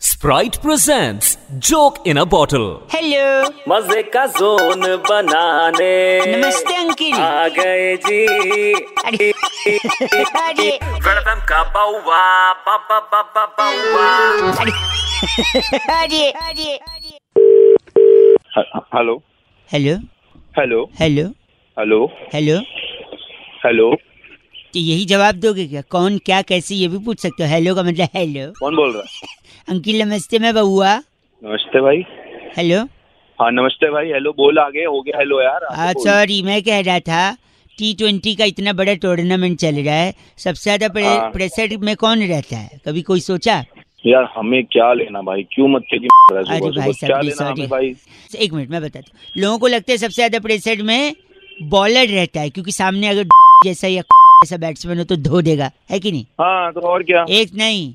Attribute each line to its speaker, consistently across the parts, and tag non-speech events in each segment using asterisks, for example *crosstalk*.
Speaker 1: Sprite presents Joke in a Bottle.
Speaker 2: Hello
Speaker 3: मजे का zone बनाने
Speaker 2: नमस्ते अंकिल
Speaker 3: आ गए जी
Speaker 2: अरे अरे
Speaker 3: वेलकम का बाउवा बाबा बाबा बाउवा
Speaker 2: अरे अरे
Speaker 4: hello
Speaker 2: hello
Speaker 4: hello
Speaker 2: hello
Speaker 4: hello
Speaker 2: hello
Speaker 4: hello
Speaker 2: तो यही जवाब दोगे क्या कौन क्या कैसे ये भी पूछ सकते हो हेलो का मतलब हेलो
Speaker 4: कौन बोल रहा है
Speaker 2: अंकिल नमस्ते मैं बउआ
Speaker 4: नमस्ते भाई
Speaker 2: हेलो
Speaker 4: हाँ नमस्ते भाई हेलो बोल आगे हो गया हेलो यार
Speaker 2: आ,
Speaker 4: आगे बोल।
Speaker 2: सॉरी हाँ, मैं कह रहा था टी ट्वेंटी का इतना बड़ा टूर्नामेंट चल रहा है सबसे ज्यादा प्रे,
Speaker 4: हाँ।
Speaker 2: प्रेशर में कौन रहता है कभी कोई सोचा
Speaker 4: यार हमें क्या लेना भाई क्यों मच्छे की रहा है
Speaker 2: अरे
Speaker 4: सुबह
Speaker 2: भाई
Speaker 4: सुबह?
Speaker 2: साहब,
Speaker 4: क्या
Speaker 2: नहीं,
Speaker 4: लेना
Speaker 2: sorry।
Speaker 4: हमें भाई
Speaker 2: एक मिनट मैं बताता हूँ लोगों को लगता है सबसे ज्यादा प्रेशर में बॉलर रहता है क्योंकि सामने अगर *laughs* जैसा या जैसा बैट्समैन हो तो धो देगा है कि नहीं
Speaker 4: हाँ तो और क्या
Speaker 2: एक नहीं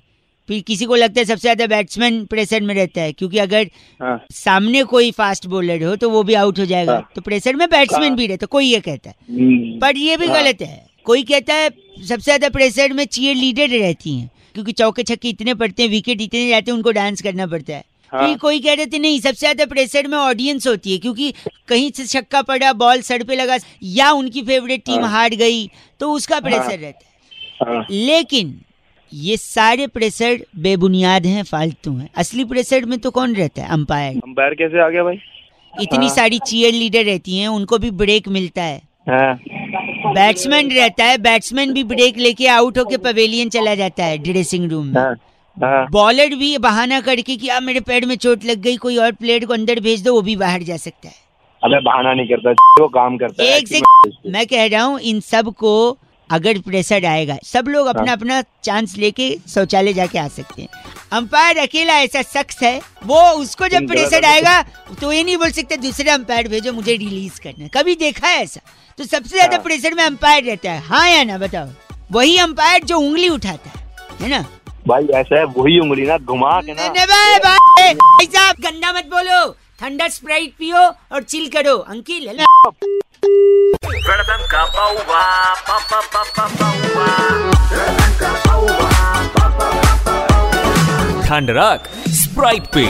Speaker 2: फिर किसी को लगता है सबसे ज्यादा बैट्समैन प्रेशर में रहता है क्योंकि अगर
Speaker 4: हाँ
Speaker 2: सामने कोई फास्ट बॉलर हो तो वो भी आउट हो जाएगा
Speaker 4: हाँ।
Speaker 2: तो प्रेशर में बैट्समैन
Speaker 4: हाँ।
Speaker 2: भी रहता है तो कोई ये कहता है
Speaker 4: हम्म,
Speaker 2: पर ये भी
Speaker 4: हाँ।
Speaker 2: गलत है कोई कहता है सबसे ज्यादा प्रेशर में चीयर लीडर रहती हैं क्योंकि चौके छक्के इतने पड़ते हैं विकेट इतने जाते हैं उनको डांस करना पड़ता है
Speaker 4: हाँ।
Speaker 2: फिर कोई कह रहे थे नहीं सबसे ज्यादा प्रेशर में ऑडियंस होती है क्योंकि कहीं से छक्का पड़ा बॉल सर पे लगा या उनकी फेवरेट टीम
Speaker 4: हाँ।
Speaker 2: हार गई तो उसका प्रेशर रहता है
Speaker 4: हाँ,
Speaker 2: लेकिन ये सारे प्रेशर बेबुनियाद हैं फालतू हैं असली प्रेशर में तो कौन रहता है अंपायर
Speaker 4: अंपायर कैसे आ गया भाई
Speaker 2: इतनी सारी चीयर लीडर रहती हैं उनको भी ब्रेक मिलता है
Speaker 4: हाँ
Speaker 2: बैट्समैन रहता है बैट्समैन भी ब्रेक लेके आउट होके पवेलियन चला जाता है ड्रेसिंग रूम में
Speaker 4: हाँ हाँ
Speaker 2: बॉलर भी बहाना करके कि "आ, मेरे पैर में चोट लग गई कोई और प्लेयर को अंदर भेज दो वो भी बाहर जा सकता है
Speaker 4: अबे बहाना नहीं करता *laughs* वो काम करता है
Speaker 2: एक से मैं कह रहा हूँ इन सब को अगर प्रेशर आएगा सब लोग
Speaker 4: हाँ।
Speaker 2: अपना अपना चांस लेके शौचालय जाके आ सकते हैं अंपायर अकेला ऐसा शख्स है वो उसको जब
Speaker 4: तुम गलत
Speaker 2: प्रेशर
Speaker 4: आदमी-
Speaker 2: आएगा तो ये नहीं बोल सकते दूसरे अंपायर भेजो मुझे रिलीज करना है।" कभी देखा है ऐसा तो सबसे ज्यादा
Speaker 4: हाँ।
Speaker 2: प्रेशर में अंपायर रहता है हाँ या ना बताओ वही अंपायर जो उंगली उठाता है है ना
Speaker 4: भाई ऐसा है वही उंगली ना घुमा के ना
Speaker 2: नहीं, नहीं, भाई, भाई, भाई साहब गंदा मत बोलो ठंडा स्प्राइट पियो और चिल करो अंकिल है ना?
Speaker 3: वेलकम का बाउवा बाबा बाबा बाउवा
Speaker 1: ठंड रख Sprite पे